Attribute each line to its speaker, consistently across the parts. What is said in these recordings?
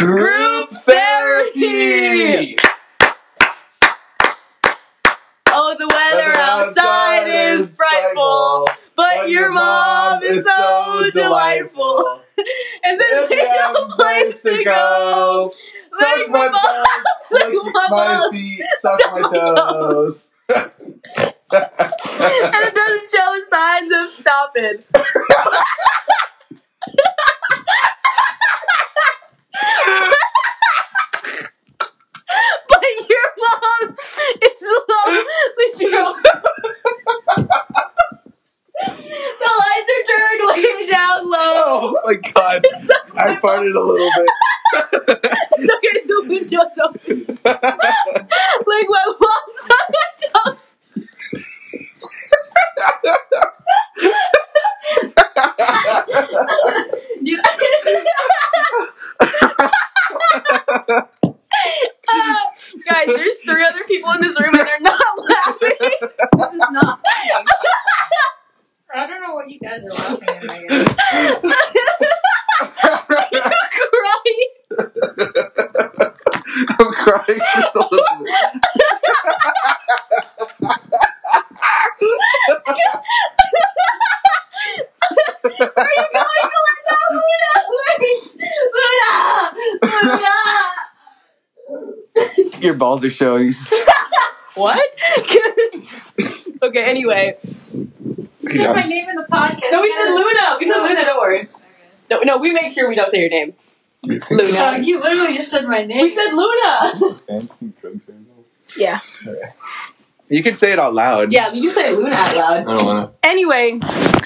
Speaker 1: Group therapy!
Speaker 2: Oh, the weather outside is frightful, but your mom is so delightful. And
Speaker 1: If
Speaker 2: this
Speaker 1: you
Speaker 2: ain't
Speaker 1: have
Speaker 2: no
Speaker 1: a
Speaker 2: place to go.
Speaker 1: Suck
Speaker 2: Lick
Speaker 1: my
Speaker 2: my balls,
Speaker 1: balls,
Speaker 2: lick
Speaker 1: suck
Speaker 2: my
Speaker 1: my
Speaker 2: balls,
Speaker 1: feet, suck my toes.
Speaker 2: and it doesn't show signs of stopping. but your mom is lonely. girl. the lights are turned way down low.
Speaker 1: Oh my god, I farted a little bit.
Speaker 2: Okay, the window's open. Lick my balls, suck my toes. Dude, Uh, guys, there's three other people in this room and they're not laughing.
Speaker 3: This is not funny. I don't know what you guys are laughing at. I guess.
Speaker 2: Crying.
Speaker 1: I'm crying just a little bit.
Speaker 2: Are you going to let out Luna? Wait. Luna! Luna!
Speaker 1: Your balls are showing.
Speaker 2: What? okay, anyway.
Speaker 3: You said my name in the podcast.
Speaker 2: No, we said Luna. We said Luna, don't worry. No, no, we make sure we don't say your name.
Speaker 3: No,
Speaker 2: Luna.
Speaker 3: you literally just said my name.
Speaker 2: We said Luna. Yeah.
Speaker 1: You can say it out loud.
Speaker 2: Yeah, you say Luna out loud.
Speaker 1: I don't wanna.
Speaker 2: Anyway,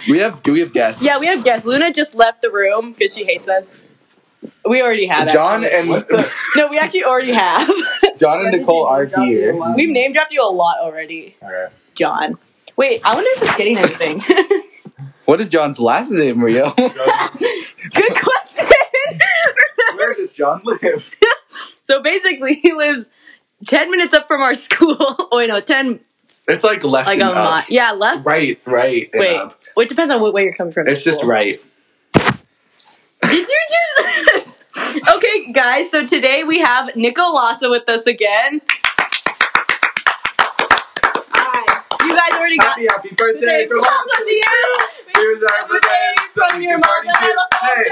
Speaker 1: We have do we have guests?
Speaker 2: yeah, we have guests. Luna just left the room because she hates us. We already have
Speaker 1: John
Speaker 2: actually.
Speaker 1: and
Speaker 2: No, we actually already have.
Speaker 1: John and Nicole are here.
Speaker 2: We've name dropped you a lot already, John. Wait, I wonder if it's getting anything.
Speaker 1: What is John's last name, Rio?
Speaker 2: Good question.
Speaker 1: Where does John live?
Speaker 2: so basically, he lives ten minutes up from our school. oh, wait, no, ten
Speaker 1: It's like left
Speaker 2: like a
Speaker 1: and up.
Speaker 2: lot. Yeah, left.
Speaker 1: Right, right. and
Speaker 2: Wait,
Speaker 1: up.
Speaker 2: well, it depends on what way you're coming from.
Speaker 1: It's just
Speaker 2: Cool.
Speaker 1: right.
Speaker 2: Did you just? okay, guys. So today we have Nicolasa with us again. Hi. You guys already got
Speaker 1: Happy, happy birthday from us. Here's our birthday.
Speaker 2: from your mother.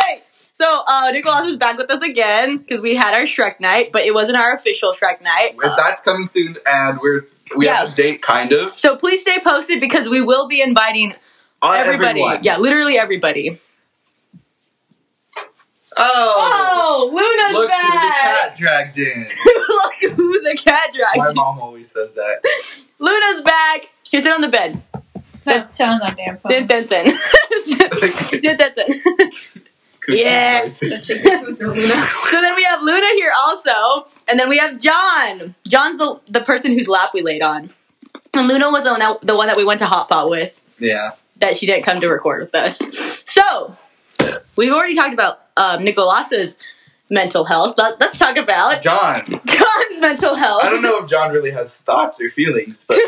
Speaker 2: Hey. So, uh, Nicholas is back with us again because we had our Shrek night, but it wasn't our official Shrek night. Uh,
Speaker 1: If that's coming soon, and we're we have a date, kind of.
Speaker 2: So please stay posted because we will be inviting
Speaker 1: Uh,
Speaker 2: everybody.
Speaker 1: everyone.
Speaker 2: Yeah, literally everybody.
Speaker 1: Oh,
Speaker 2: Oh, Luna's
Speaker 1: look who the
Speaker 2: back!
Speaker 1: cat dragged in.
Speaker 2: Look who the cat
Speaker 1: My
Speaker 2: dragged.
Speaker 1: mom always says that.
Speaker 2: Luna's back. Here, sit on the bed.
Speaker 3: That sounds like damn
Speaker 2: Sit,
Speaker 3: funny.
Speaker 2: sit, sit. Sit, sit, sit.
Speaker 1: Coochie
Speaker 2: Yeah.
Speaker 1: noises.
Speaker 2: So then we have Luna here also, and then we have John. John's the the person whose lap we laid on, and Luna was the one that, the one that we went to hot pot with
Speaker 1: Yeah.
Speaker 2: that she didn't come to record with us. So we've already talked about um, Nicolasa's mental health. Let, let's talk about
Speaker 1: John.
Speaker 2: John's mental health.
Speaker 1: I don't know if John really has thoughts or feelings, but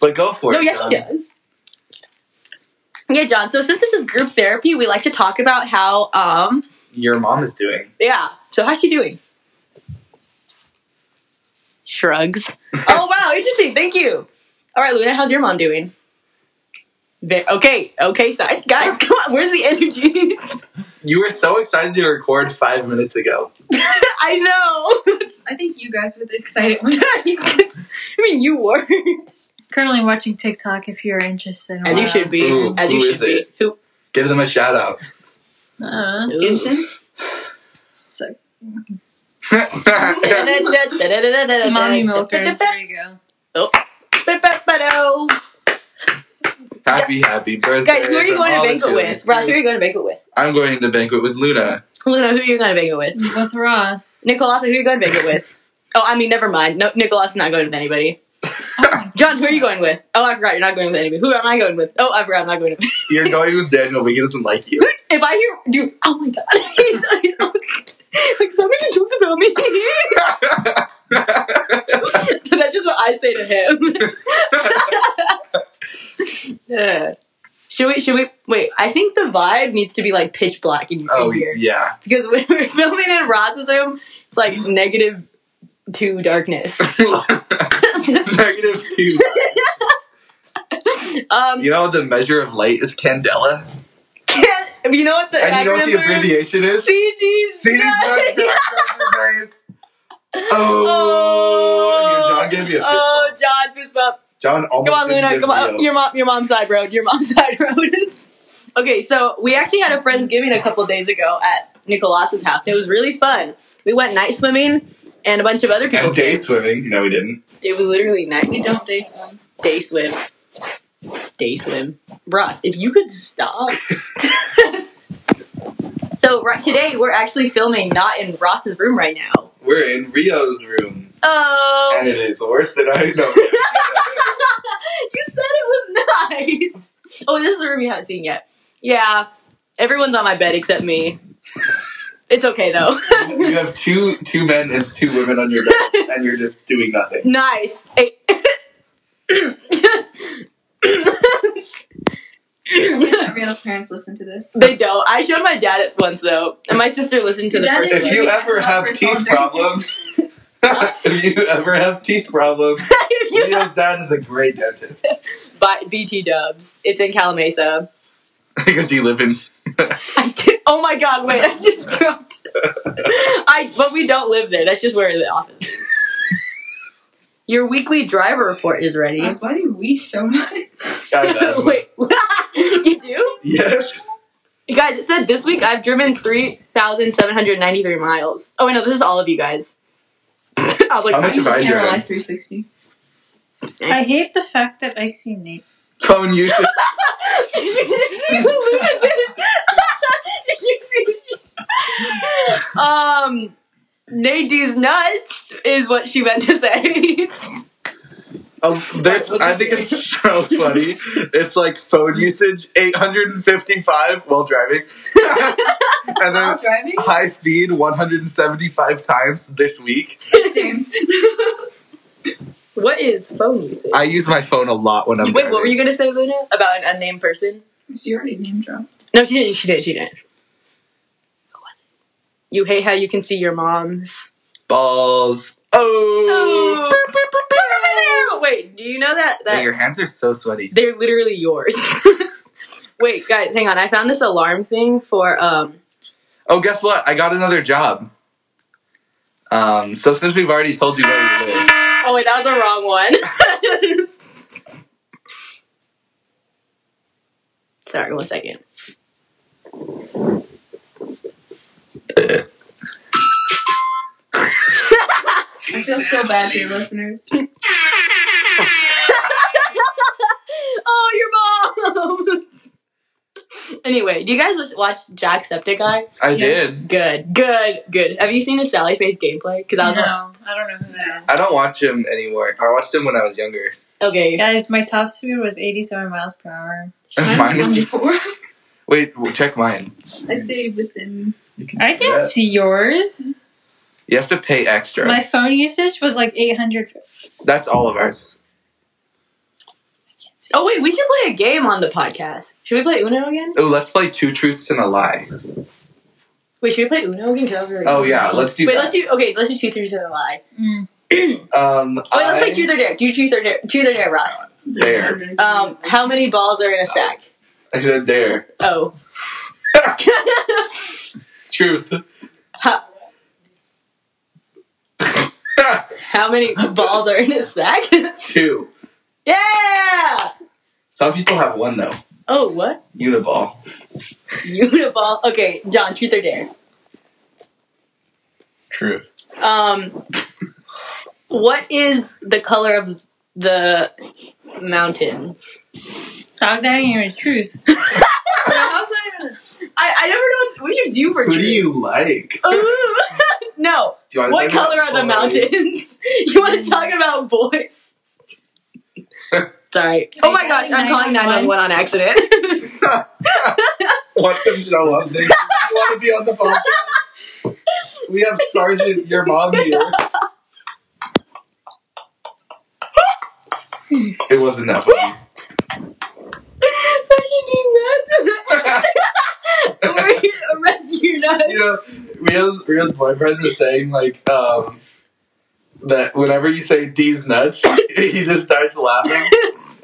Speaker 1: but go for
Speaker 2: no,
Speaker 1: it,
Speaker 2: yeah,
Speaker 1: John.
Speaker 2: he does. Yeah, John. So since this is group therapy, we like to talk about how, um,
Speaker 1: Your mom is doing.
Speaker 2: yeah. So how's she doing? Shrugs. oh wow, interesting. Thank you. All right, Luna, how's your mom doing? Ve- Okay, okay, side guys, come on. Where's the energy?
Speaker 1: You were so excited to record five minutes ago.
Speaker 2: I know.
Speaker 4: I think you guys were the excited ones.
Speaker 2: I mean, you were
Speaker 3: Currently watching TikTok if you're interested. In
Speaker 2: as
Speaker 3: what
Speaker 2: you
Speaker 3: I
Speaker 2: should
Speaker 3: was
Speaker 2: be,
Speaker 1: Ooh,
Speaker 3: saying.
Speaker 2: as you
Speaker 1: who
Speaker 2: should
Speaker 1: is
Speaker 2: be.
Speaker 1: it?
Speaker 2: Who?
Speaker 1: Give them a shout out.
Speaker 3: Uh,
Speaker 2: Ooh.
Speaker 4: So,
Speaker 3: mommy milkers. There you go.
Speaker 1: happy, happy birthday.
Speaker 2: Guys, who are you
Speaker 1: from
Speaker 2: going to
Speaker 1: all the
Speaker 2: banquet
Speaker 1: Julius
Speaker 2: with? Ross, who are
Speaker 1: group.
Speaker 2: you going to banquet with?
Speaker 1: I'm going to banquet with Luna.
Speaker 2: Luna, who are you going to banquet with?
Speaker 3: With Ross.
Speaker 2: Nicolasa, who are you going to banquet with? Oh, I mean, never mind. No, Nicolás is not going with anybody.
Speaker 3: Oh my
Speaker 2: John, who are you going with? Oh, I forgot you're not going with anybody. Who am I going with? Oh, I forgot I'm not going with.
Speaker 1: You're going with Daniel, but he doesn't like you.
Speaker 2: if I hear, dude, oh my god, he's, he's like so many jokes about me. That's just what I say to him. Yeah. Should we? we? Should we? Wait, I think the vibe needs to be like pitch black in,
Speaker 1: Oh
Speaker 2: in here
Speaker 1: yeah.
Speaker 2: because when we're filming in Ross's room, it's like negative two darkness.
Speaker 1: Negative two.
Speaker 2: um,
Speaker 1: You know what the measure of light is candela,
Speaker 2: can't- you know what the
Speaker 1: and you know what the
Speaker 2: acronym for-
Speaker 1: abbreviation is?
Speaker 2: CDs.
Speaker 1: CD's nuts.
Speaker 2: Yeah.
Speaker 1: Oh, oh, John gave me a fist
Speaker 2: Oh,
Speaker 1: bump.
Speaker 2: John, fist bump.
Speaker 1: John almost
Speaker 2: Come on,
Speaker 1: didn't
Speaker 2: Luna.
Speaker 1: give me
Speaker 2: Come on.
Speaker 1: a-
Speaker 2: Your mom. Your mom's side road. Your mom's side road. okay, so we actually had a friendsgiving a couple days ago at Nicolas's house. It was really fun. We went night swimming, and a bunch of other people.
Speaker 1: and day
Speaker 2: came.
Speaker 1: swimming. No, we didn't.
Speaker 2: It was literally night.
Speaker 4: We don't date one.
Speaker 2: Day swim. Day swim. Ross, if you could stop. so right, today we're actually filming not in Ross's room right now.
Speaker 1: We're in Rio's room,
Speaker 2: Oh.
Speaker 1: and it is worse than I know.
Speaker 2: you said it was nice. Oh, this is the room you haven't seen yet. Yeah, everyone's on my bed except me. It's okay though.
Speaker 1: you have two two men and two women on your bed, and you're just doing nothing.
Speaker 2: nice. Hey.
Speaker 4: Rio's parents listen to this.
Speaker 2: they don't. I showed my dad it once though, and my sister listened to
Speaker 4: Your
Speaker 2: the
Speaker 4: dad
Speaker 2: first.
Speaker 4: is-
Speaker 1: If you ever have teeth problems, if you ever have teeth problems, Rio's dad is a great dentist
Speaker 2: By BT Dubs. It's in Calamasa.
Speaker 1: because you live in.
Speaker 2: I did- oh my god! Wait, I just dropped. I but we don't live there. That's just where the office is. Your weekly driver report is ready.
Speaker 4: Ross, why do we so much?
Speaker 1: I have asthma.
Speaker 2: Wait, you do?
Speaker 1: Yes.
Speaker 2: You guys, it said this week I've driven 3,793 miles. Oh, wait, no, this is all of you guys. I was like,
Speaker 1: How much have I
Speaker 4: Your
Speaker 1: driven?
Speaker 4: life 360.
Speaker 3: I hate the fact that I see Nate.
Speaker 1: Phone usage.
Speaker 2: Did you see what Luna did? Did you see what she Um, Nady's nuts is what she meant to say.
Speaker 1: Oh, there's, I think it's so funny. It's like phone usage 855 while driving, and
Speaker 4: While
Speaker 1: then
Speaker 4: driving?
Speaker 1: high speed 175 times this week.
Speaker 4: James.
Speaker 2: what is phone usage?
Speaker 1: I use my phone a lot when I'm.
Speaker 2: Wait,
Speaker 1: driving.
Speaker 2: what were you going to say, Luna? About an unnamed person?
Speaker 4: she already name dropped.
Speaker 2: No, she didn't. She didn't. She didn't. Who was it? You hate how you can see your mom's.
Speaker 1: balls? Oh,
Speaker 2: Wait, do you know that?
Speaker 1: Man, your
Speaker 2: that
Speaker 1: hands are so sweaty.
Speaker 2: they're literally yours. Wait, guys, hang on. I found this alarm thing for um.
Speaker 1: Oh, guess what? I got another job. Um, so since we've already told you where we live,
Speaker 2: Oh wait, that was the wrong one. Sorry, one second.
Speaker 4: I feel so bad for your listeners.
Speaker 2: oh, your mom. anyway, do you guys lis- watch Jack Septiceye?
Speaker 1: I
Speaker 4: Yes.
Speaker 1: did.
Speaker 2: Good, good, good. Have you seen his Sally Face gameplay? Because I was like,
Speaker 3: no, I don't know who that
Speaker 1: I don't watch him anymore. I watched him when I was younger.
Speaker 2: okay,
Speaker 3: is. Guys, my top speed was 87 miles per hour.
Speaker 1: Mine is-
Speaker 4: before.
Speaker 1: Wait, w- check mine.
Speaker 4: I stayed within.
Speaker 3: I can
Speaker 1: Yeah.
Speaker 3: see yours.
Speaker 1: You have to pay extra.
Speaker 3: My phone usage was like 800.
Speaker 1: That's all of ours.
Speaker 2: Oh wait, we should play a game on the podcast. Should we play Uno again?
Speaker 1: Oh, let's play two truths and a lie.
Speaker 2: Wait, should we play Uno again? Draw or-
Speaker 1: Oh yeah, let's do
Speaker 2: wait,
Speaker 1: that.
Speaker 2: let's do okay. Let's do two truths and a lie.
Speaker 3: Mm.
Speaker 1: um,
Speaker 2: Wait, let's play
Speaker 1: I-
Speaker 2: truth or dare. Do truth or dare. Truth or dare, Ross.
Speaker 1: There.
Speaker 2: Um, how many balls are in a sack?
Speaker 1: I said dare.
Speaker 2: Oh,
Speaker 1: Truth.
Speaker 2: how, how many balls are in a sack?
Speaker 1: Two.
Speaker 2: yeah.
Speaker 1: Some people have one though.
Speaker 2: Oh, what?
Speaker 1: Uniball.
Speaker 2: Uniball. Okay, John. Truth or dare.
Speaker 1: Truth.
Speaker 2: Um, what is the color of the mountains?
Speaker 3: Dog that ain't even truth.
Speaker 4: How's that even
Speaker 2: I, I never know. What do you do for
Speaker 1: Who
Speaker 2: truth?
Speaker 1: do you like?
Speaker 2: Ooh, no.
Speaker 1: Do you wanna
Speaker 2: What
Speaker 1: talk
Speaker 2: color
Speaker 1: about
Speaker 2: are the
Speaker 1: boys?
Speaker 2: mountains? you want to talk about boys? Sorry. Oh my gosh, I'm calling 911 on accident.
Speaker 1: Want them to know up. They want to be on the phone. We have Sergeant, your mom here. It wasn't that funny.
Speaker 2: Sergeant fucking nuts. We're here to arrest your nuts.
Speaker 1: you know, Rio's Rio's boyfriend was saying like um that whenever you say D's nuts, he just starts laughing.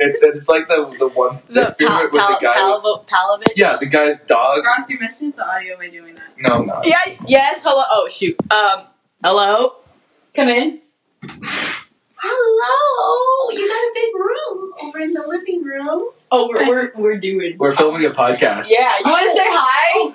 Speaker 1: It's it's like the the one
Speaker 2: The pal,
Speaker 1: experiment with
Speaker 2: pal,
Speaker 1: the guy. with-
Speaker 2: pal, Palovich.
Speaker 1: yeah, the guy's dog.
Speaker 4: Ross, you're messing up the audio by doing that.
Speaker 1: No, I'm not.
Speaker 2: Yeah. Yes. Hello. Oh shoot. Um. Hello. Come in. Hello. You got a big room.
Speaker 4: Over in the living room.
Speaker 2: Oh, we're we're, we're doing.
Speaker 1: We're filming a podcast.
Speaker 2: Yeah. You want to say hi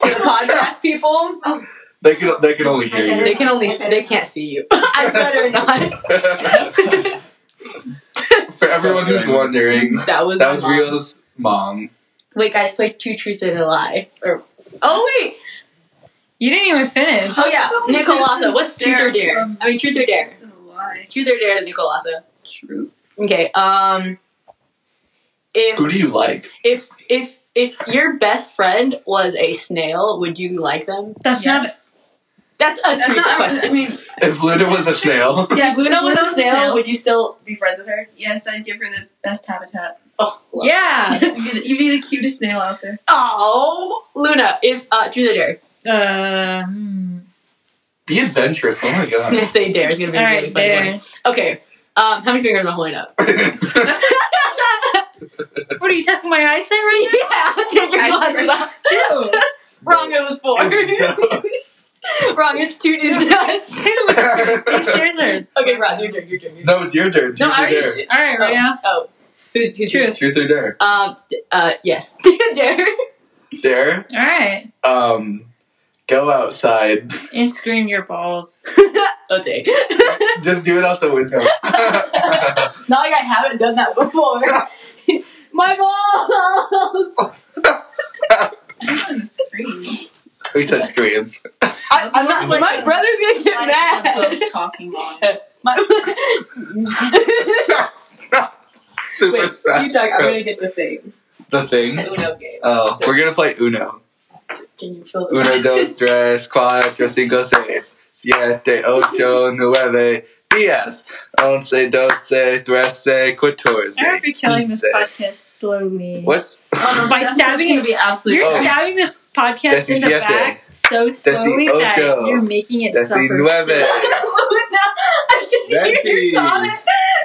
Speaker 2: to the podcast people?
Speaker 1: They can they can only hear
Speaker 2: They can only they can't see you. I better not.
Speaker 1: you. For everyone who's wondering,
Speaker 2: that was
Speaker 1: that
Speaker 2: my
Speaker 1: was
Speaker 2: mom.
Speaker 1: Rio's mom.
Speaker 2: Wait, guys, play two truths and a lie. Or oh wait,
Speaker 3: You didn't even finish.
Speaker 2: oh yeah, Nicolasa. What's truth or
Speaker 4: Dare.
Speaker 2: dare?
Speaker 4: Um,
Speaker 2: I mean, truth or dare.
Speaker 4: It's a lie.
Speaker 2: Truth or dare, Nicolasa.
Speaker 4: Truth.
Speaker 2: Okay. Um. If
Speaker 1: Who do you like?
Speaker 2: if if if your best friend was a snail, would you like them?
Speaker 3: That's
Speaker 4: yes.
Speaker 2: That's a
Speaker 4: That's
Speaker 2: trick
Speaker 4: not. I
Speaker 2: question.
Speaker 4: mean,
Speaker 1: If Luna was a snail,
Speaker 4: yeah.
Speaker 2: if Luna was a snail, would you still be friends with her?
Speaker 4: Yes, I'd give her the best habitat.
Speaker 2: Oh, love.
Speaker 3: Yeah.
Speaker 4: You'd be the, you'd be the cutest snail out there.
Speaker 2: Oh, Luna. If uh, truth or dare?
Speaker 3: Uh, hmm.
Speaker 1: be adventurous. Oh my god.
Speaker 2: Yes, say dare. It's gonna be
Speaker 3: All
Speaker 2: a really
Speaker 3: right,
Speaker 2: funny one.
Speaker 3: there.
Speaker 2: Okay. Um, how many fingers am I holding up?
Speaker 3: What are you testing my eyesight right
Speaker 2: yeah, take your
Speaker 4: Actually,
Speaker 2: glasses off.
Speaker 3: now? Two.
Speaker 2: Wrong, it was four. Wrong, it's two is nuts.
Speaker 3: These chairs are.
Speaker 2: Okay, Roz, your turn, your turn. Your turn.
Speaker 1: no, it's your turn. Truth
Speaker 2: no, I
Speaker 1: or
Speaker 2: already
Speaker 1: dare.
Speaker 2: did.
Speaker 3: All right,
Speaker 2: Oh,
Speaker 3: Rhea.
Speaker 2: oh. Who's, who's
Speaker 3: Truth.
Speaker 1: Truth or dare.
Speaker 2: Um, d- uh, yes. dare.
Speaker 1: Dare.
Speaker 3: All right.
Speaker 1: Um, go outside.
Speaker 3: And scream your balls.
Speaker 2: okay.
Speaker 1: Just do it out the window.
Speaker 2: Not like I haven't done that before. My balls!
Speaker 4: I'm scream.
Speaker 1: we said scream.
Speaker 2: I, I'm not,
Speaker 1: It's like
Speaker 2: my
Speaker 1: a
Speaker 2: brother's gonna get mad.
Speaker 4: talking on.
Speaker 2: My,
Speaker 1: Super
Speaker 2: wait,
Speaker 1: fast
Speaker 2: you talk, I'm gonna
Speaker 1: strokes.
Speaker 2: get the thing.
Speaker 1: the thing.
Speaker 2: The Uno game.
Speaker 1: Oh, we're gonna play Uno.
Speaker 2: Can you feel this?
Speaker 1: Uno, dos, tres, cuatro, cinco, seis, siete, ocho, nueve, diez, once, doce, trece,
Speaker 3: I
Speaker 1: catorce.
Speaker 3: hope you're killing this
Speaker 1: quince.
Speaker 3: podcast slowly.
Speaker 1: What's
Speaker 4: Oh,
Speaker 3: By
Speaker 4: that's-
Speaker 3: stabbing-
Speaker 4: that's gonna be absolutely.
Speaker 3: You're
Speaker 1: Oh.
Speaker 3: stabbing this podcast in the
Speaker 1: Desiete.
Speaker 3: back so slowly that
Speaker 1: Desiocho.
Speaker 3: you're making it suffer.
Speaker 1: Desinueve.
Speaker 2: Luna, I just hear
Speaker 1: Venti.
Speaker 2: your comment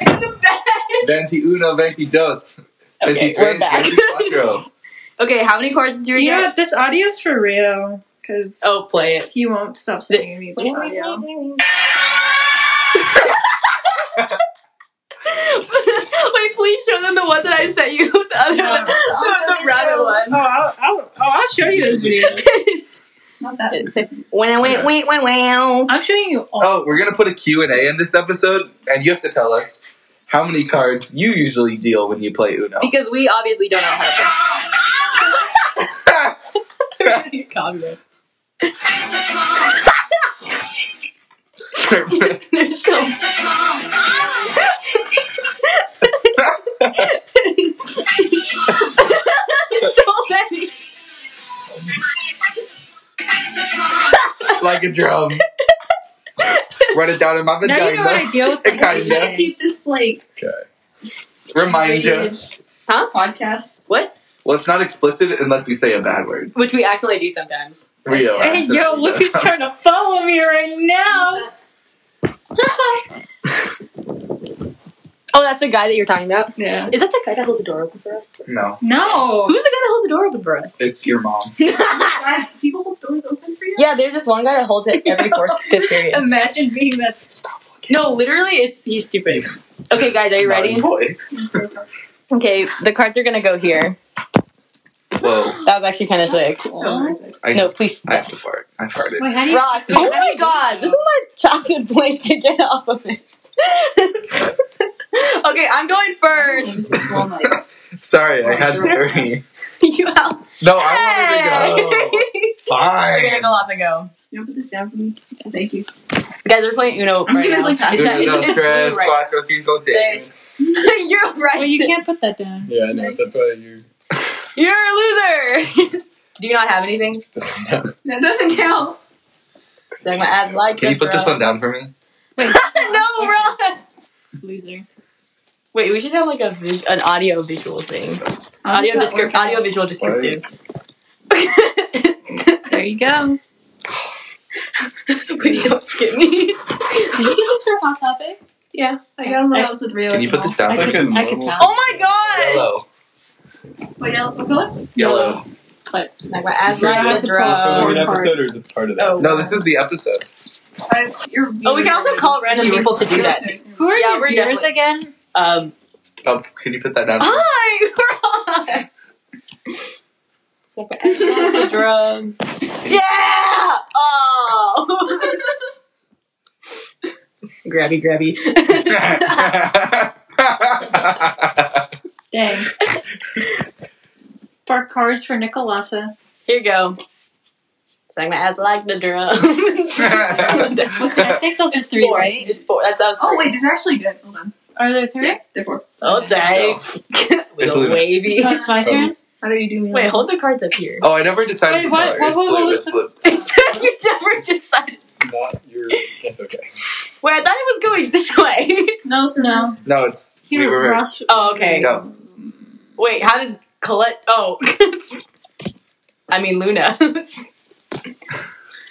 Speaker 2: in the back.
Speaker 1: venti uno, venti dos, venti
Speaker 2: Okay, we're
Speaker 1: tres,
Speaker 2: back.
Speaker 1: venti cuatro?
Speaker 2: Okay, how many cards do
Speaker 3: You know what? This audio's for Rio because
Speaker 2: Oh, play it.
Speaker 3: he won't stop sending me this audio.
Speaker 2: Wait, please show them the ones that I sent you. The other,
Speaker 4: No,
Speaker 2: the, the,
Speaker 4: I'll
Speaker 2: rabbit
Speaker 4: do
Speaker 2: one.
Speaker 4: those.
Speaker 3: Oh, I'll, I'll, oh, I'll show you this video.
Speaker 4: Not that specific.
Speaker 2: When I went, went, went, wow.
Speaker 3: I'm showing you all.
Speaker 1: Oh, we're gonna put a Q and A in this episode, and you have to tell us how many cards you usually deal when you play Uno.
Speaker 2: Because we obviously don't know how to play. Copyright. They're so. so many.
Speaker 1: like a drum. Run it down in my
Speaker 3: Now you know
Speaker 1: vagina.
Speaker 3: what I deal with.
Speaker 1: It kinda-
Speaker 4: You're gonna keep this like
Speaker 1: Remind you.
Speaker 2: Huh?
Speaker 4: podcast.
Speaker 2: What?
Speaker 1: Well, it's not explicit unless we say a bad word.
Speaker 2: Which we accidentally do sometimes.
Speaker 1: Rio.
Speaker 3: Hey, yo,
Speaker 1: accidentally
Speaker 3: look
Speaker 1: does.
Speaker 3: who's trying to follow me right now.
Speaker 2: Oh, that's the guy that you're talking about?
Speaker 3: Yeah.
Speaker 2: Is that the guy that holds the door open for us?
Speaker 1: No,
Speaker 3: No.
Speaker 2: Who's the guy that holds the door open for us?
Speaker 1: it's your mom.
Speaker 4: Guys, people hold doors open for you.
Speaker 2: yeah, there's this one guy that holds it every fourth, fifth period.
Speaker 3: Imagine being that. Stop.
Speaker 2: No, literally, it's he's stupid. Okay, guys, are you
Speaker 1: Naughty
Speaker 2: ready?
Speaker 1: Boy.
Speaker 2: Okay, the cards are gonna go here.
Speaker 1: Whoa,
Speaker 2: That was actually kind of sick.
Speaker 1: I,
Speaker 2: No, please.
Speaker 1: I have to fart. I farted.
Speaker 3: Wait, how do you?
Speaker 2: Ross,
Speaker 3: how do
Speaker 2: oh
Speaker 3: you
Speaker 2: my
Speaker 3: do
Speaker 2: god,
Speaker 3: that?
Speaker 2: this is my chocolate blanket. Get off of it. okay, I'm going first.
Speaker 1: Sorry, I had Barry.
Speaker 2: you out.
Speaker 1: No, Oh, I wanted to go.
Speaker 2: okay,
Speaker 1: Fine.
Speaker 2: Nicolasa, go.
Speaker 4: You wanna put this down for me? Thank you.
Speaker 2: Guys, we're playing Uno.
Speaker 4: I'm just
Speaker 2: right
Speaker 4: gonna,
Speaker 2: now.
Speaker 4: like, pass
Speaker 2: It's
Speaker 1: Uno,
Speaker 2: not- it's-
Speaker 1: dos,
Speaker 2: it's
Speaker 1: tres,
Speaker 2: blue right
Speaker 1: cuatro, cinco, seis.
Speaker 2: now. You're right.
Speaker 3: Well, you can't put that down.
Speaker 1: Yeah, I know. That's why you.
Speaker 2: You're a loser. Do you not have anything?
Speaker 4: That doesn't count.
Speaker 2: So I'm gonna add like.
Speaker 1: Can you put this one down for me?
Speaker 3: Wait,
Speaker 2: no, Ross.
Speaker 3: loser.
Speaker 2: Wait, we should have like a vis- an audio visual thing. audio description. Audio visual descriptive.
Speaker 3: There you go.
Speaker 2: Please don't skip me.
Speaker 4: Did you just off topic?
Speaker 3: Yeah.
Speaker 4: I got him when I was with Rio.
Speaker 1: Can you put this down
Speaker 3: I
Speaker 1: like
Speaker 3: could-
Speaker 1: in
Speaker 3: I could
Speaker 1: normal-
Speaker 3: tell.
Speaker 2: oh my gosh!
Speaker 1: Yellow.
Speaker 4: Wait, yellow. What's that?
Speaker 1: Yellow.
Speaker 2: Like my asthma
Speaker 1: Yeah,
Speaker 2: and
Speaker 3: that's the
Speaker 2: withdrawal.
Speaker 3: problem.
Speaker 5: Is it an
Speaker 3: Oh, parts.
Speaker 5: episode or just part of that?
Speaker 2: Oh.
Speaker 1: No, this is the episode.
Speaker 4: I, you're
Speaker 2: Oh, we can also call random people to do that.
Speaker 3: Who are
Speaker 2: Yeah,
Speaker 3: your
Speaker 2: we're
Speaker 3: viewers again?
Speaker 2: Um,
Speaker 1: Oh, can you put that down?
Speaker 2: hi, Ross.
Speaker 3: The drums.
Speaker 2: Yeah! Oh! grabby, grabby.
Speaker 3: Ah! Dang. Park cars for Nicolasa.
Speaker 2: Here you go. Sing my ass like the drums.
Speaker 3: I think those are three,
Speaker 2: four.
Speaker 3: right?
Speaker 2: It's four. That sounds.
Speaker 4: Oh wait, these are actually good. Hold on.
Speaker 3: Are there three?
Speaker 4: Yeah, they're four.
Speaker 2: Oh dang.
Speaker 1: It's
Speaker 2: Little
Speaker 1: Luna.
Speaker 2: wavy.
Speaker 3: So it's my turn.
Speaker 4: How do you do me?
Speaker 2: Wait, hold the cards up here.
Speaker 1: oh, I never decided
Speaker 3: Wait,
Speaker 1: to tell
Speaker 3: what-
Speaker 1: her.
Speaker 3: what-
Speaker 1: It's
Speaker 3: what
Speaker 1: blue.
Speaker 3: was
Speaker 1: It's
Speaker 3: the-
Speaker 1: blue.
Speaker 2: you never decided.
Speaker 5: Not your. That's okay.
Speaker 2: Wait, I thought it was going this way.
Speaker 4: No, it's
Speaker 3: No.
Speaker 4: reversed.
Speaker 1: No, it's we
Speaker 3: Here,
Speaker 1: reversed.
Speaker 3: Ross.
Speaker 2: oh, okay.
Speaker 1: Go.
Speaker 2: Wait, how did Colette? Oh, I mean Luna. oh,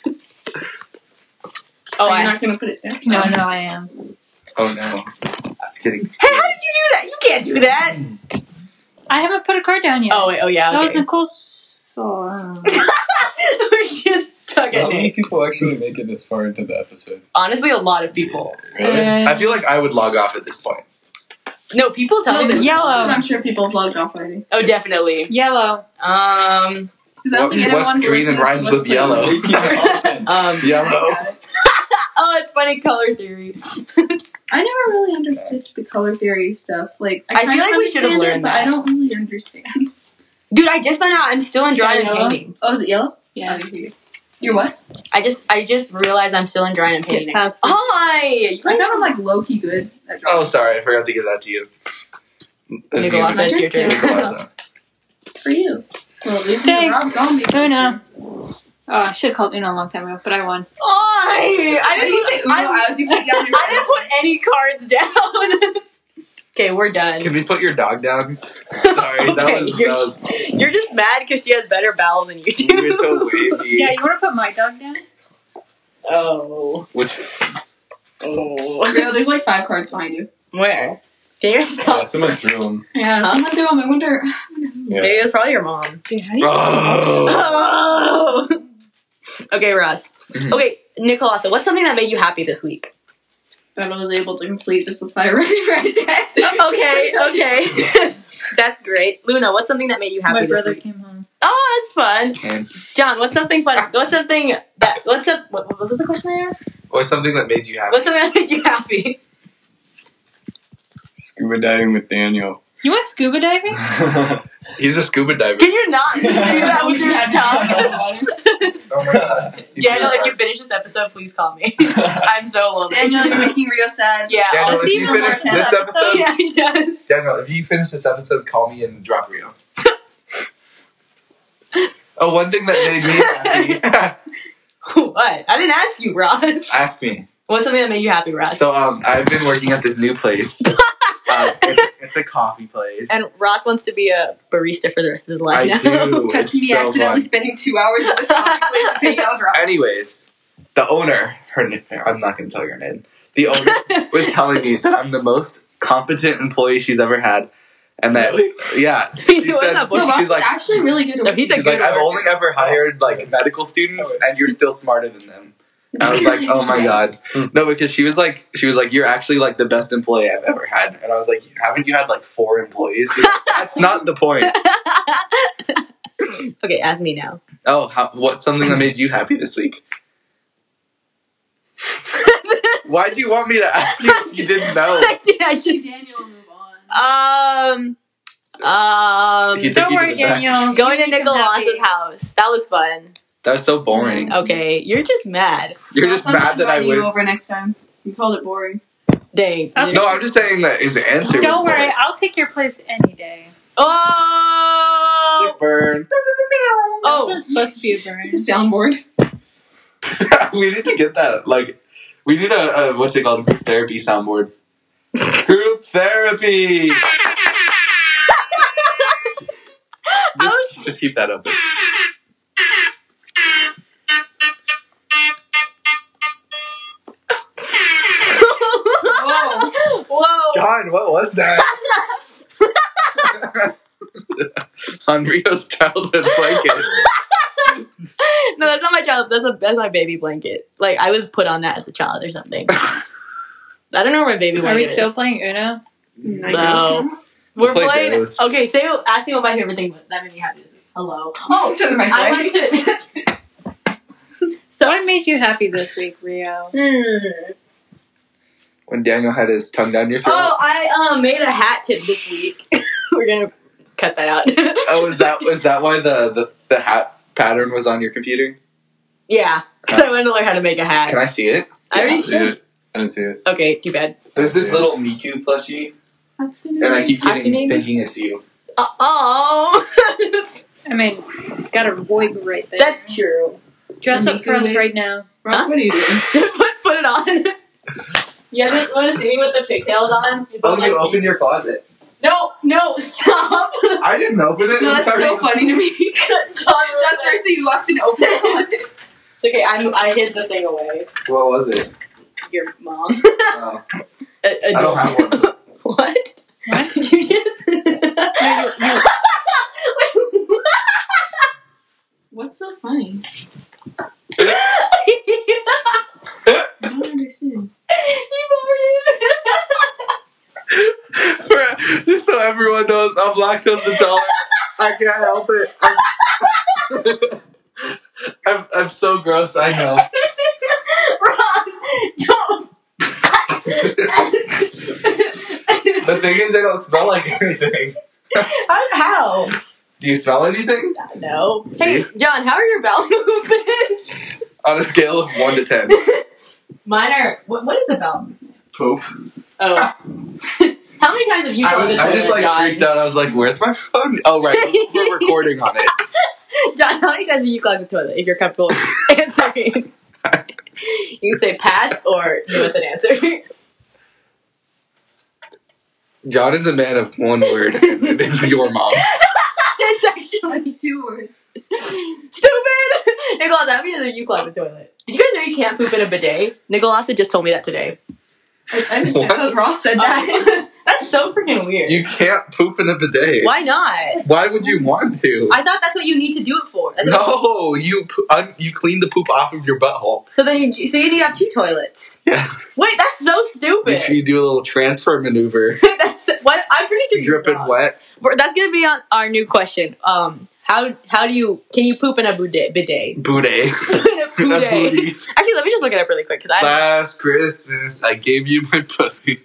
Speaker 4: Are
Speaker 2: Oh, I.
Speaker 4: you
Speaker 2: Hey,
Speaker 4: not gonna put it down.
Speaker 3: No, no, I am.
Speaker 1: Oh no. Just kidding.
Speaker 2: how did you do that? You can't do that.
Speaker 3: I haven't put a card down yet.
Speaker 2: Oh wait. Oh yeah.
Speaker 3: That was uh,
Speaker 2: Okay.
Speaker 3: Nicole's. song.
Speaker 2: We're just stuck
Speaker 5: So how
Speaker 2: at
Speaker 5: many
Speaker 2: it.
Speaker 5: people actually make it this far into the episode?
Speaker 2: Honestly, a lot of people.
Speaker 5: Really?
Speaker 3: Uh,
Speaker 1: I feel like I would log off at this point.
Speaker 2: No, people tell
Speaker 4: No,
Speaker 2: me
Speaker 4: this
Speaker 2: this.
Speaker 4: is
Speaker 3: yellow.
Speaker 4: also- I'm sure people have logged off already.
Speaker 2: Oh, definitely.
Speaker 3: Yellow.
Speaker 2: Um.
Speaker 4: Because I don't
Speaker 1: What-
Speaker 4: think anyone
Speaker 1: what's
Speaker 4: who
Speaker 1: green and
Speaker 4: listens
Speaker 1: rhymes
Speaker 4: was
Speaker 1: with
Speaker 4: playing.
Speaker 1: yellow?
Speaker 5: Yeah.
Speaker 2: Um.
Speaker 1: Yellow.
Speaker 2: Oh, it's funny color theory.
Speaker 4: I never really understood the color theory stuff. Like
Speaker 2: I
Speaker 4: I, kind
Speaker 2: feel
Speaker 4: of
Speaker 2: like we should have
Speaker 4: understand it,
Speaker 2: learned
Speaker 4: but
Speaker 2: that.
Speaker 4: I don't really understand.
Speaker 2: Dude, I just found out I'm still in drawing
Speaker 3: Yeah, I know.
Speaker 2: and painting.
Speaker 4: Oh, is it yellow?
Speaker 3: Yeah.
Speaker 4: You're what?
Speaker 2: I just I just realized I'm still in drawing and painting.
Speaker 3: House.
Speaker 2: Hi.
Speaker 4: I got on like low key good at
Speaker 1: Oh,
Speaker 4: drawing.
Speaker 1: sorry, I forgot to give that to you. That's
Speaker 2: Nicolasa,
Speaker 1: music.
Speaker 2: it's your turn.
Speaker 1: Nicolasa.
Speaker 4: for you. Well, at least
Speaker 3: Thanks.
Speaker 4: Rob's gone because
Speaker 3: Una. Oh, I should have called Uno a long time ago, but I won.
Speaker 2: Hi. I
Speaker 4: I
Speaker 2: didn't
Speaker 4: didn't say Uno.
Speaker 2: I,
Speaker 4: I was you put down your.
Speaker 2: I didn't put any cards down. okay, we're done.
Speaker 1: Can we put your dog down? Sorry, that
Speaker 2: Okay,
Speaker 1: was, that
Speaker 2: you're-
Speaker 1: was
Speaker 2: You're just mad because she has better bowels than you
Speaker 1: you're so
Speaker 2: do.
Speaker 1: wavy.
Speaker 3: Yeah, you want to put my dog down?
Speaker 2: oh.
Speaker 1: Which
Speaker 2: Oh.
Speaker 4: Rio, there's like five cards behind you.
Speaker 2: Where? Can you guys
Speaker 5: Yeah,
Speaker 2: tell?
Speaker 5: someone drew them.
Speaker 4: Yeah,
Speaker 2: Huh?
Speaker 4: someone threw them. I wonder.
Speaker 5: Yeah.
Speaker 2: Maybe it's probably your mom.
Speaker 3: Dude, how do you-
Speaker 1: oh,
Speaker 2: Oh. okay, Ross.
Speaker 1: Mhm.
Speaker 2: Okay, Nicolasa, what's something that made you happy this week?
Speaker 4: That I was able to complete the supply running right dead.
Speaker 2: Okay, okay. That's great. Luna, what's something that made you happy
Speaker 3: my
Speaker 2: this
Speaker 3: brother
Speaker 2: week?
Speaker 3: came home.
Speaker 2: Oh, that's fun.
Speaker 1: man.
Speaker 2: John, what's something fun? What's something that? What's up? What, what was the question I asked?
Speaker 1: Or something that made you happy.
Speaker 2: What's something that made you happy?
Speaker 5: Scuba diving with Daniel.
Speaker 3: You want scuba diving?
Speaker 5: oh
Speaker 1: He's a scuba diver.
Speaker 2: Can you not do that with your tongue?
Speaker 1: Oh
Speaker 2: Daniel, if you finish this episode, please call me. I'm so lonely.
Speaker 4: Daniel, you're making Rio sad.
Speaker 2: yeah.
Speaker 1: Daniel,
Speaker 2: I'll
Speaker 1: if
Speaker 2: see
Speaker 1: you
Speaker 2: you in
Speaker 1: finish
Speaker 2: more
Speaker 1: this
Speaker 2: time.
Speaker 1: episode-
Speaker 2: yeah, he does.
Speaker 1: Daniel, if you finish this episode, call me and drop Rio. oh, one thing that made me happy.
Speaker 2: What? I didn't ask you, Ross.
Speaker 1: Ask me.
Speaker 2: What's something that made you happy, Ross?
Speaker 1: So, um, I've been working at this new place. Um, it's, it's a coffee place.
Speaker 2: and Ross wants to be a barista for the rest of his life
Speaker 1: I
Speaker 2: now.
Speaker 1: do.
Speaker 4: Catch
Speaker 1: It's
Speaker 4: me
Speaker 1: so
Speaker 4: accidentally
Speaker 1: fun.
Speaker 4: spending two hours at the Sonic place to take out Rob.
Speaker 1: Anyways, the owner, her name, I'm not going to tell your name. The owner was telling me that I'm the most competent employee she's ever had. And that,
Speaker 5: Really?
Speaker 1: yeah,
Speaker 2: He
Speaker 1: she
Speaker 2: was
Speaker 1: said,
Speaker 2: not
Speaker 4: No,
Speaker 2: Well,
Speaker 1: she's
Speaker 4: Rob's
Speaker 1: like,
Speaker 4: actually really good. at
Speaker 2: No, he's
Speaker 4: working.
Speaker 1: she's like, I've
Speaker 2: worker.
Speaker 1: only ever hired like medical students, and you're still smarter than them. And I was like, oh my god,
Speaker 5: Hmm.
Speaker 1: no, because she was like, she was like, you're actually like the best employee I've ever had, and I was like, haven't you had like four employees? She's like, That's not the point.
Speaker 2: okay, ask me now.
Speaker 1: Oh, how, what's something that made you happy this week? Why do you want me to ask you if you didn't know?
Speaker 2: I should.
Speaker 4: Daniel, move on.
Speaker 2: Um. Um.
Speaker 1: He took
Speaker 3: Don't
Speaker 1: you to
Speaker 3: worry,
Speaker 1: the back.
Speaker 3: Daniel.
Speaker 2: Going to
Speaker 3: You make him
Speaker 2: Nicolasa's
Speaker 3: happy.
Speaker 2: house. That was fun.
Speaker 1: That was so
Speaker 3: Oh,
Speaker 1: boring.
Speaker 2: Okay, you're just mad.
Speaker 1: You're just
Speaker 4: Rob, I'm
Speaker 1: mad that I
Speaker 4: inviting you
Speaker 1: would.
Speaker 4: over next time. You called it boring.
Speaker 2: Dang.
Speaker 3: Okay.
Speaker 1: No, I'm just saying that his answer. was
Speaker 3: Don't worry,
Speaker 1: boring.
Speaker 3: I'll take your place any day.
Speaker 2: Oh.
Speaker 1: Sick burn.
Speaker 2: Oh.
Speaker 3: This one's supposed to be a burn.
Speaker 4: Soundboard.
Speaker 1: we need to get that. Like, we need a, a what's it called? A group therapy soundboard. Group therapy.
Speaker 2: Oh.
Speaker 1: just, just keep that up. there.
Speaker 3: Whoa.
Speaker 2: Oh, Whoa.
Speaker 1: John, what was that? On Rio's childhood blanket.
Speaker 2: No, that's not my child. That's a that's my baby blanket. Like I was put on that as a child or something. I don't know where my baby
Speaker 3: Are
Speaker 2: blanket
Speaker 3: we still
Speaker 2: is.
Speaker 3: playing Uno?
Speaker 1: Mm-hmm.
Speaker 2: No. We're
Speaker 1: Play
Speaker 2: playing.
Speaker 1: those.
Speaker 2: Okay, say ask me what my favorite thing was. That made me happy. This week. Hello. Oh, I like to.
Speaker 3: So what made you happy this week, Rio?
Speaker 2: Hmm.
Speaker 1: When Daniel had his tongue down your throat.
Speaker 2: Oh, I um, made a hat tip this week. We're gonna cut that out.
Speaker 1: Oh, is that was that why the, the, the hat pattern was on your computer?
Speaker 2: Yeah, because I wanted to learn how to make a hat.
Speaker 1: Can I see it?
Speaker 2: I already
Speaker 5: see it. I didn't see it.
Speaker 2: Okay, too bad.
Speaker 1: There's this little Miku plushie, and I keep getting
Speaker 2: Fascinating.
Speaker 1: thinking it's you.
Speaker 2: Uh, oh,
Speaker 3: I mean, got a void right there.
Speaker 2: that's true.
Speaker 3: Dress up for us
Speaker 4: Amazing.
Speaker 3: right now.
Speaker 4: Ross, what are you doing?
Speaker 2: put put it on. You guys want to see me with the pigtails on? It's
Speaker 1: Oh,
Speaker 2: like-
Speaker 1: you opened your closet.
Speaker 2: No, no, stop.
Speaker 1: I didn't open it.
Speaker 4: No,
Speaker 1: I'm
Speaker 4: that's so
Speaker 1: sorry.
Speaker 4: funny to me. Just first thing you walks in, open it.
Speaker 2: It's okay, I'm, I hid the thing away.
Speaker 1: What was it?
Speaker 2: Your mom.
Speaker 1: Oh,
Speaker 2: A, a
Speaker 1: I don't have one.
Speaker 2: What?
Speaker 3: What?
Speaker 2: Did you just?
Speaker 4: What's so funny? I don't understand.
Speaker 1: For- just so everyone knows, I'm lactose intolerant. I can't help it. I'm, I'm, I'm so gross. I know. the thing is, I don't smell like anything.
Speaker 2: How?
Speaker 1: Do you smell anything?
Speaker 2: No. Hey, John, how are your bowel movements?
Speaker 1: On a scale of one to ten,
Speaker 2: Mine are. What, what is the bowel?
Speaker 1: poop.
Speaker 2: Oh. How many times have you
Speaker 1: I
Speaker 2: told
Speaker 1: was,
Speaker 2: this
Speaker 1: I just
Speaker 2: to
Speaker 1: like
Speaker 2: John?
Speaker 1: freaked out. I was like, "Where's my phone? Oh right, we're recording on it."
Speaker 2: John, how many times have you clogged the toilet if you're comfortable answering? you can say pass or give us an answer.
Speaker 1: John is a man of one word, and it is your mom.
Speaker 2: it's actually
Speaker 4: That's two words.
Speaker 2: stupid. Nicolas, how many times have you clogged the toilet? Did you guys know you can't poop in a bidet? Nicolas just told me that today.
Speaker 4: I, I just because Ross said
Speaker 6: Oh.
Speaker 4: that.
Speaker 2: That's so freaking weird.
Speaker 1: You can't poop in a bidet.
Speaker 2: Why not?
Speaker 1: Why would you want to?
Speaker 2: I thought that's what you need to do it for. That's what-
Speaker 1: No, you po- un- you clean the poop off of your butthole.
Speaker 2: so then you so you need to have two toilets.
Speaker 1: Yeah.
Speaker 2: Wait, that's so
Speaker 1: Make
Speaker 2: stupid.
Speaker 1: sure you do a little transfer maneuver.
Speaker 2: that's what I'm pretty sure. you're
Speaker 1: Dripping
Speaker 2: wrong.
Speaker 1: wet.
Speaker 2: We're- That's gonna be on our new question. Um, how how do you can you poop in a bidet? Bidet.
Speaker 1: Booty.
Speaker 2: In a bidet. Actually, let me just look it up really quick because I.
Speaker 1: Last Christmas, I gave you my pussy.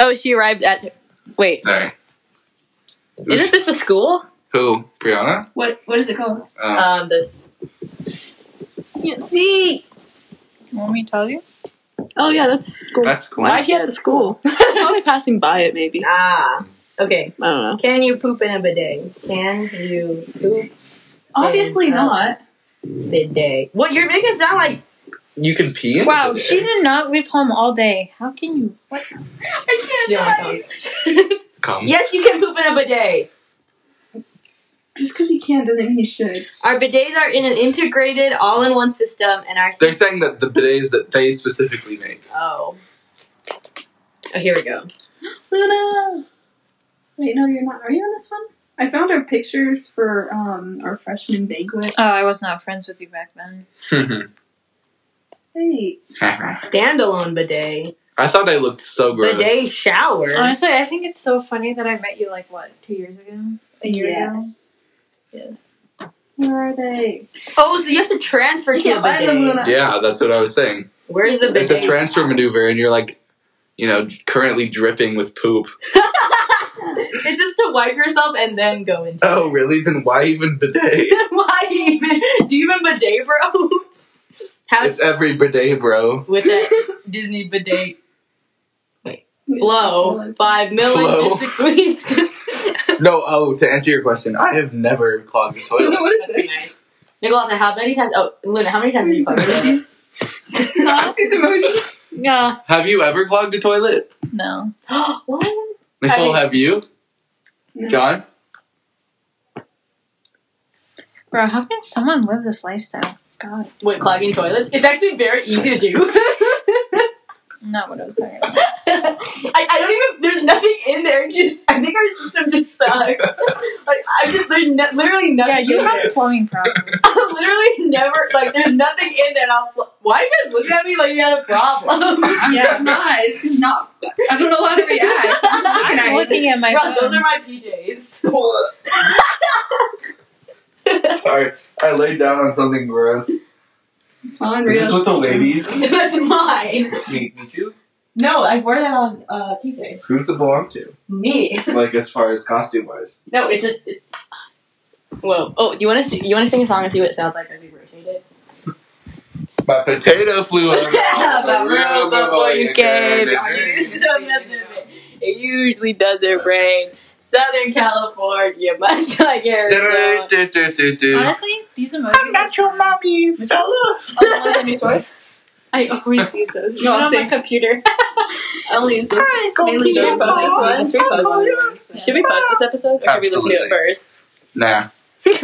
Speaker 2: Oh, she arrived at. Wait,
Speaker 1: Sorry.
Speaker 2: isn't this a school?
Speaker 1: Who? Brianna?
Speaker 4: what What is it called?
Speaker 1: Oh.
Speaker 2: Um, this. Can't see.
Speaker 3: Want me to tell you?
Speaker 6: Oh yeah, that's school.
Speaker 1: that's cool.
Speaker 6: I can't at school. Probably passing by it, maybe. I
Speaker 2: ah. Okay.
Speaker 6: don't know.
Speaker 2: Can you poop in a bidet? Can you poop
Speaker 3: Obviously
Speaker 2: Yeah.
Speaker 3: not.
Speaker 2: bidet? What you're making it sound like?
Speaker 1: You can pee in a
Speaker 3: Wow,
Speaker 1: bidet.
Speaker 3: she did not leave home all day. How can you? What?
Speaker 4: I
Speaker 1: Come.
Speaker 2: yes, you can poop in a bidet.
Speaker 4: Just because he can doesn't mean he should.
Speaker 2: Our bidets are in an integrated, all-in-one system, and our
Speaker 1: They're saying that the bidets that they specifically make.
Speaker 2: oh. Oh, here we go.
Speaker 4: Luna. Wait, no, you're not. Are you on this one? I found our pictures for um our freshman banquet.
Speaker 3: Oh, I was not friends with you back then.
Speaker 4: Hey,
Speaker 1: I
Speaker 2: Standalone bidet,
Speaker 1: thought I looked so gross.
Speaker 2: bidet shower.
Speaker 3: Honestly, I think it's so funny that I met you like what two years ago, a year
Speaker 4: yes.
Speaker 3: ago. Yes.
Speaker 4: Where are they?
Speaker 2: Oh, so you have to transfer
Speaker 4: We
Speaker 2: to a
Speaker 4: can't buy them,
Speaker 2: bidet.
Speaker 4: Luna.
Speaker 1: Yeah, that's what I was saying.
Speaker 2: Where's the
Speaker 1: It's a
Speaker 2: bidet?
Speaker 1: transfer maneuver, and you're like, you know, currently dripping with poop.
Speaker 2: it's just to wipe yourself and then go into.
Speaker 1: Oh, really? Then why even bidet?
Speaker 2: it. Why even? Do you even bidet, bro? How
Speaker 1: It's every bidet, bro.
Speaker 2: with a Disney bidet blow five million
Speaker 1: Flow.
Speaker 2: to six weeks.
Speaker 1: No, oh, to answer your question, I have never clogged the toilet.
Speaker 4: what is
Speaker 2: That'd be
Speaker 4: this?
Speaker 2: nice. Nicholas, how many times? Oh, Luna, how many times have you
Speaker 4: These
Speaker 2: clogged the toilet?
Speaker 4: emojis. These emojis.
Speaker 3: Yeah.
Speaker 1: Have you ever clogged a toilet?
Speaker 3: No.
Speaker 2: what?
Speaker 1: Nicole,
Speaker 2: I-
Speaker 1: have you?
Speaker 4: No.
Speaker 1: John?
Speaker 3: Bro, how can someone live this lifestyle? God.
Speaker 2: What clogging toilets? It's actually very easy to do.
Speaker 3: Not what I was talking about.
Speaker 2: I, I don't even. There's nothing in there. It's Just I think our system just sucks. like I just there's no, literally nothing.
Speaker 3: Yeah, you
Speaker 2: in
Speaker 3: have
Speaker 2: there.
Speaker 3: plumbing problems.
Speaker 2: literally never like there's nothing in there. And I'm, fl- why are you guys looking at me like you got a problem?
Speaker 4: Yeah, no, it's just not. I don't know how to react. I'm just looking at
Speaker 3: I'm
Speaker 4: you.
Speaker 3: looking at my
Speaker 2: Bro, those are
Speaker 3: phone.
Speaker 2: my PJs.
Speaker 1: Sorry, I laid down on something gross. Is this
Speaker 4: Unreal.
Speaker 1: with the ladies?
Speaker 2: That's mine.
Speaker 1: Me, me too.
Speaker 2: No, I wore that on uh, Tuesday.
Speaker 1: Who's it belong to?
Speaker 2: Me.
Speaker 1: Like as far as costume wise.
Speaker 2: No, it's a. It, Whoa! Oh, do you want to you want to sing a song and see what it sounds like as we rotate it?
Speaker 1: My potato flew over
Speaker 2: Yeah, but room before you came.
Speaker 1: It's
Speaker 2: It usually doesn't rain. Southern California, much like Arizona.
Speaker 1: Do-do-do-do-do.
Speaker 3: Honestly, these emojis. I'm not your mommy.
Speaker 2: I always use those. Even
Speaker 4: No, I'm
Speaker 2: on my
Speaker 4: saying-
Speaker 2: computer.
Speaker 4: I only use this. Mainly
Speaker 2: Mainly
Speaker 4: show
Speaker 2: those
Speaker 4: us all
Speaker 2: ones.
Speaker 4: these ones. Repost all the ones.
Speaker 2: Should we post this episode or should we listen to it
Speaker 1: Absolutely.
Speaker 2: first?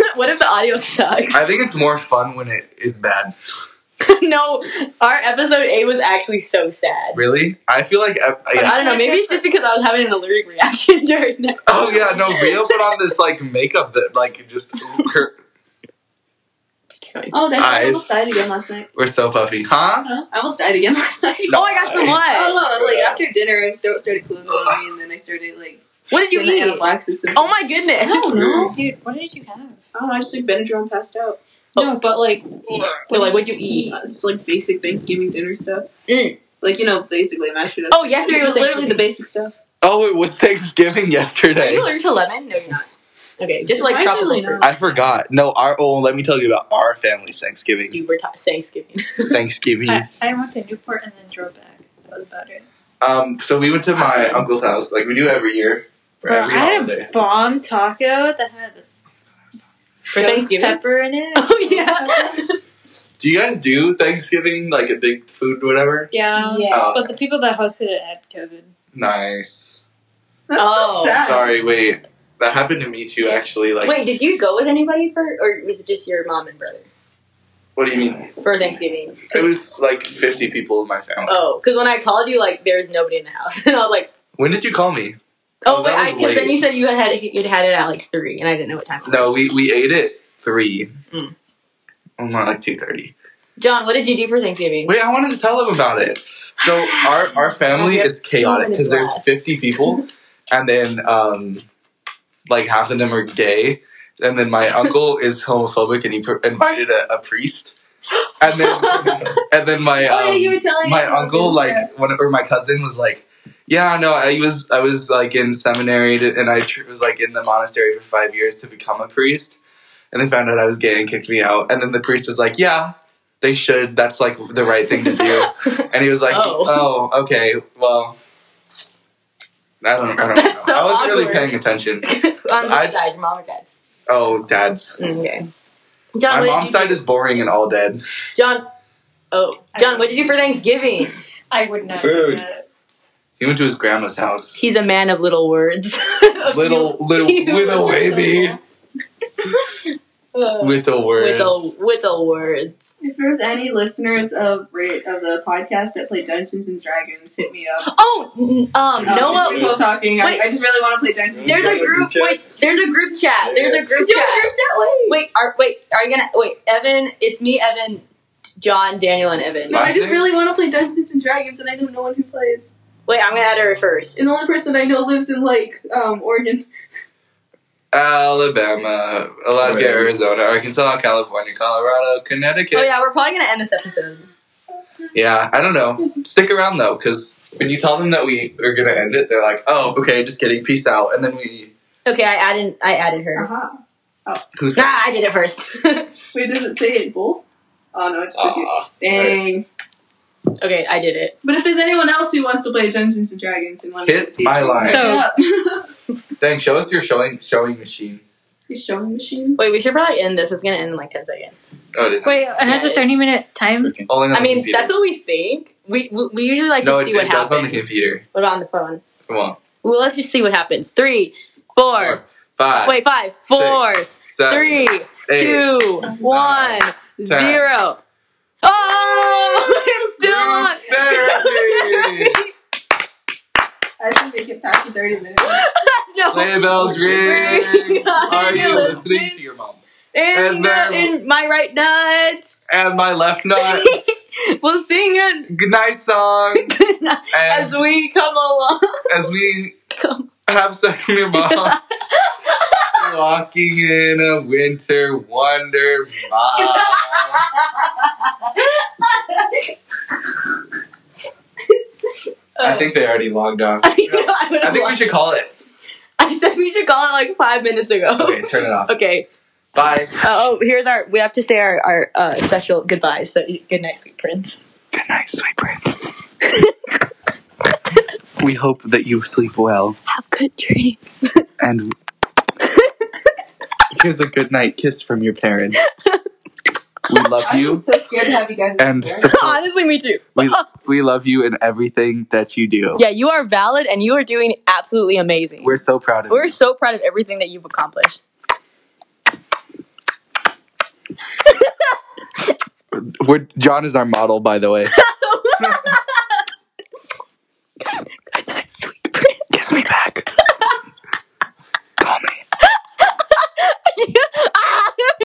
Speaker 1: Nah,
Speaker 2: what if the audio sucks?
Speaker 1: I think it's more fun when it is bad.
Speaker 2: no, our episode eight was actually so sad.
Speaker 1: Really? I feel like uh,
Speaker 2: But I
Speaker 1: yeah.
Speaker 2: don't know. Maybe it's just because I was having an allergic reaction during that.
Speaker 1: Oh yeah, no. Rio put on this like makeup that like just her-
Speaker 2: Just kidding.
Speaker 4: Oh, that's
Speaker 1: Eyes.
Speaker 4: I almost died again last night.
Speaker 1: we're so puffy, huh?
Speaker 4: I almost died again last night.
Speaker 1: No.
Speaker 2: oh my gosh, from
Speaker 1: Nice.
Speaker 4: I don't
Speaker 2: what?
Speaker 4: know. Like after dinner, my throat started closing on me, and then I started like
Speaker 2: What did you
Speaker 4: getting
Speaker 2: eat?
Speaker 4: anaphylaxis. And,
Speaker 2: Oh my goodness.
Speaker 1: no.
Speaker 3: Dude, what did you have?
Speaker 4: Oh, I just took Benadryl and passed out.
Speaker 3: No, but like,
Speaker 2: So like, what'd you eat?
Speaker 4: Uh, It's like basic Thanksgiving dinner stuff.
Speaker 2: Mm.
Speaker 4: Like you know, basically mashed potatoes.
Speaker 2: Oh, yesterday
Speaker 4: it was literally the basic stuff.
Speaker 1: Oh, it was Thanksgiving
Speaker 2: Are
Speaker 1: yesterday.
Speaker 2: you allergic to lemon? No, you're not. Okay, just like tropical
Speaker 4: Surprisingly
Speaker 2: fruit.
Speaker 4: not.
Speaker 1: I forgot. No, our oh, let me tell you about our family's Thanksgiving.
Speaker 2: You were ta- Thanksgiving.
Speaker 1: Thanksgiving.
Speaker 3: I, I went to Newport and then drove back. That was about it.
Speaker 1: Um, so we went to my uncle's house, like we do every year for
Speaker 3: Bro,
Speaker 1: every
Speaker 3: I had
Speaker 1: holiday.
Speaker 3: a bomb taco that had
Speaker 2: For
Speaker 3: ghost
Speaker 2: Thanksgiving?
Speaker 3: pepper in it.
Speaker 2: Oh yeah.
Speaker 1: Do you guys do Thanksgiving like a big food, whatever?
Speaker 3: yeah.
Speaker 6: Yeah.
Speaker 1: Oh,
Speaker 3: But the people that hosted it had COVID.
Speaker 1: nice.
Speaker 4: That's
Speaker 2: Oh.
Speaker 4: so sad.
Speaker 1: Sorry, wait. That happened to me too, actually. Like,
Speaker 2: Wait, did you go with anybody for, or was it just your mom and brother
Speaker 1: what do you mean?
Speaker 2: for Thanksgiving?
Speaker 1: It was like fifty people in my family.
Speaker 2: Oh, because when I called you, like there was nobody in the house, and I was like,
Speaker 1: When did you call me? Oh,
Speaker 2: oh, wait,
Speaker 1: that
Speaker 2: I
Speaker 1: was
Speaker 2: because then
Speaker 1: late.
Speaker 2: you said you had had you'd had it at like three, and I didn't know what time. It was.
Speaker 1: No, we we ate at three.
Speaker 2: Mm.
Speaker 1: Oh, not like two thirty.
Speaker 2: John, what did you do for Thanksgiving?
Speaker 1: Wait, I wanted to tell them about it. So our our family
Speaker 2: We have
Speaker 1: is chaotic
Speaker 2: minutes
Speaker 1: because there's
Speaker 2: left.
Speaker 1: 50 people, and then um, like half of them are gay, and then my uncle is homophobic, and he pr- invited a, a priest, and then and then my
Speaker 3: Oh, yeah,
Speaker 1: um,
Speaker 3: you were telling
Speaker 1: my
Speaker 3: us about
Speaker 1: uncle
Speaker 3: this, yeah.
Speaker 1: like one of- or my cousin was like. Yeah, no, I was I was like in seminary to, and I tr- was like in the monastery for five years to become a priest, and they found out I was gay and kicked me out. And then the priest was like, "Yeah, they should. That's like the right thing to do." And he was like,
Speaker 2: Oh.
Speaker 1: "Oh, okay, well, I don't, I don't know.
Speaker 2: That's so
Speaker 1: I wasn't really
Speaker 2: awkward.
Speaker 1: paying attention."
Speaker 2: On which
Speaker 1: I-
Speaker 2: side, your mom or dad's?
Speaker 1: Oh, dad's.
Speaker 2: Okay.
Speaker 1: My
Speaker 2: John, what
Speaker 1: mom's
Speaker 2: did you
Speaker 1: side is boring and all dead.
Speaker 2: John? Oh, John, what did you do for Thanksgiving?
Speaker 3: I would not.
Speaker 5: Food.
Speaker 3: do that.
Speaker 1: He went to his grandma's house.
Speaker 2: He's a man of little words.
Speaker 1: Little, little,
Speaker 2: you
Speaker 1: little
Speaker 2: were so
Speaker 1: baby, little words.
Speaker 2: Whittle, whittle words.
Speaker 4: If there's any listeners of ra- of the podcast that play Dungeons and Dragons, hit me up.
Speaker 2: Oh, n- um,
Speaker 4: Um,
Speaker 2: Noah.
Speaker 4: we were talking. I,
Speaker 2: Wait.
Speaker 4: I just really want to play Dungeons. and
Speaker 2: There's a
Speaker 4: Dragons.
Speaker 2: group.
Speaker 5: Group chat.
Speaker 2: Wait, there's a group chat. There's a group
Speaker 4: You have a
Speaker 2: chat.
Speaker 4: group chat? Wait.
Speaker 2: Wait, are wait, are you gonna wait? Evan, it's me, Evan, John, Daniel, and Evan.
Speaker 4: No, I
Speaker 1: Last
Speaker 4: just really
Speaker 1: names?
Speaker 4: want to play Dungeons and Dragons, and I don't know one who plays.
Speaker 2: Wait, I'm gonna add her first.
Speaker 4: And the only person I know lives in like um, Oregon.
Speaker 1: Alabama, Alaska,
Speaker 5: Right.
Speaker 1: Arizona, Arkansas, California, Colorado, Connecticut.
Speaker 2: Oh yeah, we're probably gonna end this episode.
Speaker 1: Yeah, I don't know. Stick around though, because when you tell them that we are gonna end it, they're like, "Oh, okay, just kidding, peace out." And then we,
Speaker 2: Okay, I added I added her.
Speaker 4: Uh-huh.
Speaker 1: who's
Speaker 2: Ah, I did it first.
Speaker 4: Wait, does it say it both? Oh no, it just says you.
Speaker 1: Aw.
Speaker 4: Dang.
Speaker 2: okay, I did it.
Speaker 4: But if there's anyone else who wants to play Dungeons and Dragons and wants
Speaker 1: Hit
Speaker 4: to teach
Speaker 1: my
Speaker 4: me,
Speaker 1: line.
Speaker 4: hit me up.
Speaker 1: Dang, show us your showing showing machine.
Speaker 4: The showing machine.
Speaker 2: Wait, we should probably end this. It's gonna end in like ten seconds.
Speaker 1: Oh, it is.
Speaker 3: Wait, it has
Speaker 2: Yeah,
Speaker 3: a
Speaker 2: it is.
Speaker 3: 30 minute time?
Speaker 5: Fifteen.
Speaker 1: Only on the
Speaker 2: I mean,
Speaker 1: computer.
Speaker 2: that's what we think. We we, we usually like
Speaker 1: no,
Speaker 2: to
Speaker 1: it,
Speaker 2: see what
Speaker 1: it
Speaker 2: happens.
Speaker 1: does on the computer.
Speaker 2: What about on the phone?
Speaker 1: Come on.
Speaker 2: Well, let's just see what happens. Three, four,
Speaker 1: Five,
Speaker 2: wait, five,
Speaker 1: six,
Speaker 2: four,
Speaker 1: seven,
Speaker 2: three,
Speaker 1: eight,
Speaker 2: two, one,
Speaker 1: ten.
Speaker 2: zero. Oh, it's still
Speaker 1: Group
Speaker 2: on.
Speaker 1: therapy.
Speaker 4: I think they can pass the 30 minutes.
Speaker 2: no.
Speaker 1: Sleigh bells ring.
Speaker 2: Ring.
Speaker 1: Are you listening
Speaker 2: Listening.
Speaker 1: to your mom?
Speaker 2: In,
Speaker 1: And
Speaker 2: the,
Speaker 1: then-
Speaker 2: in my right nut,
Speaker 1: And my left nut.
Speaker 2: we'll sing it
Speaker 1: Good night song. And
Speaker 2: as we come along.
Speaker 1: as we
Speaker 2: Come.
Speaker 1: have sex with your mom. Walking in a winter wonder mom. I think they already logged off.
Speaker 2: I know. I, would
Speaker 1: I think we
Speaker 2: have-
Speaker 1: should call it.
Speaker 2: I said we should call it like five minutes ago.
Speaker 1: Okay, turn it off.
Speaker 2: Okay.
Speaker 1: Bye.
Speaker 2: Uh, oh, here's our. We have to say our our uh, special goodbyes. So good night, sweet prince.
Speaker 1: Good night, sweet prince. we hope that you sleep well.
Speaker 2: Have good dreams.
Speaker 1: And here's a good night kiss from your parents. We love
Speaker 4: I'm
Speaker 1: you
Speaker 4: just so scared to have you guys
Speaker 1: and
Speaker 4: there.
Speaker 1: support.
Speaker 2: Honestly, me too.
Speaker 1: We, we love you in everything that you do.
Speaker 2: Yeah, you are valid, and you are doing absolutely amazing.
Speaker 1: We're so proud of
Speaker 2: We're
Speaker 1: you.
Speaker 2: so proud of everything that you've accomplished.
Speaker 1: We're, John is our model, by the way.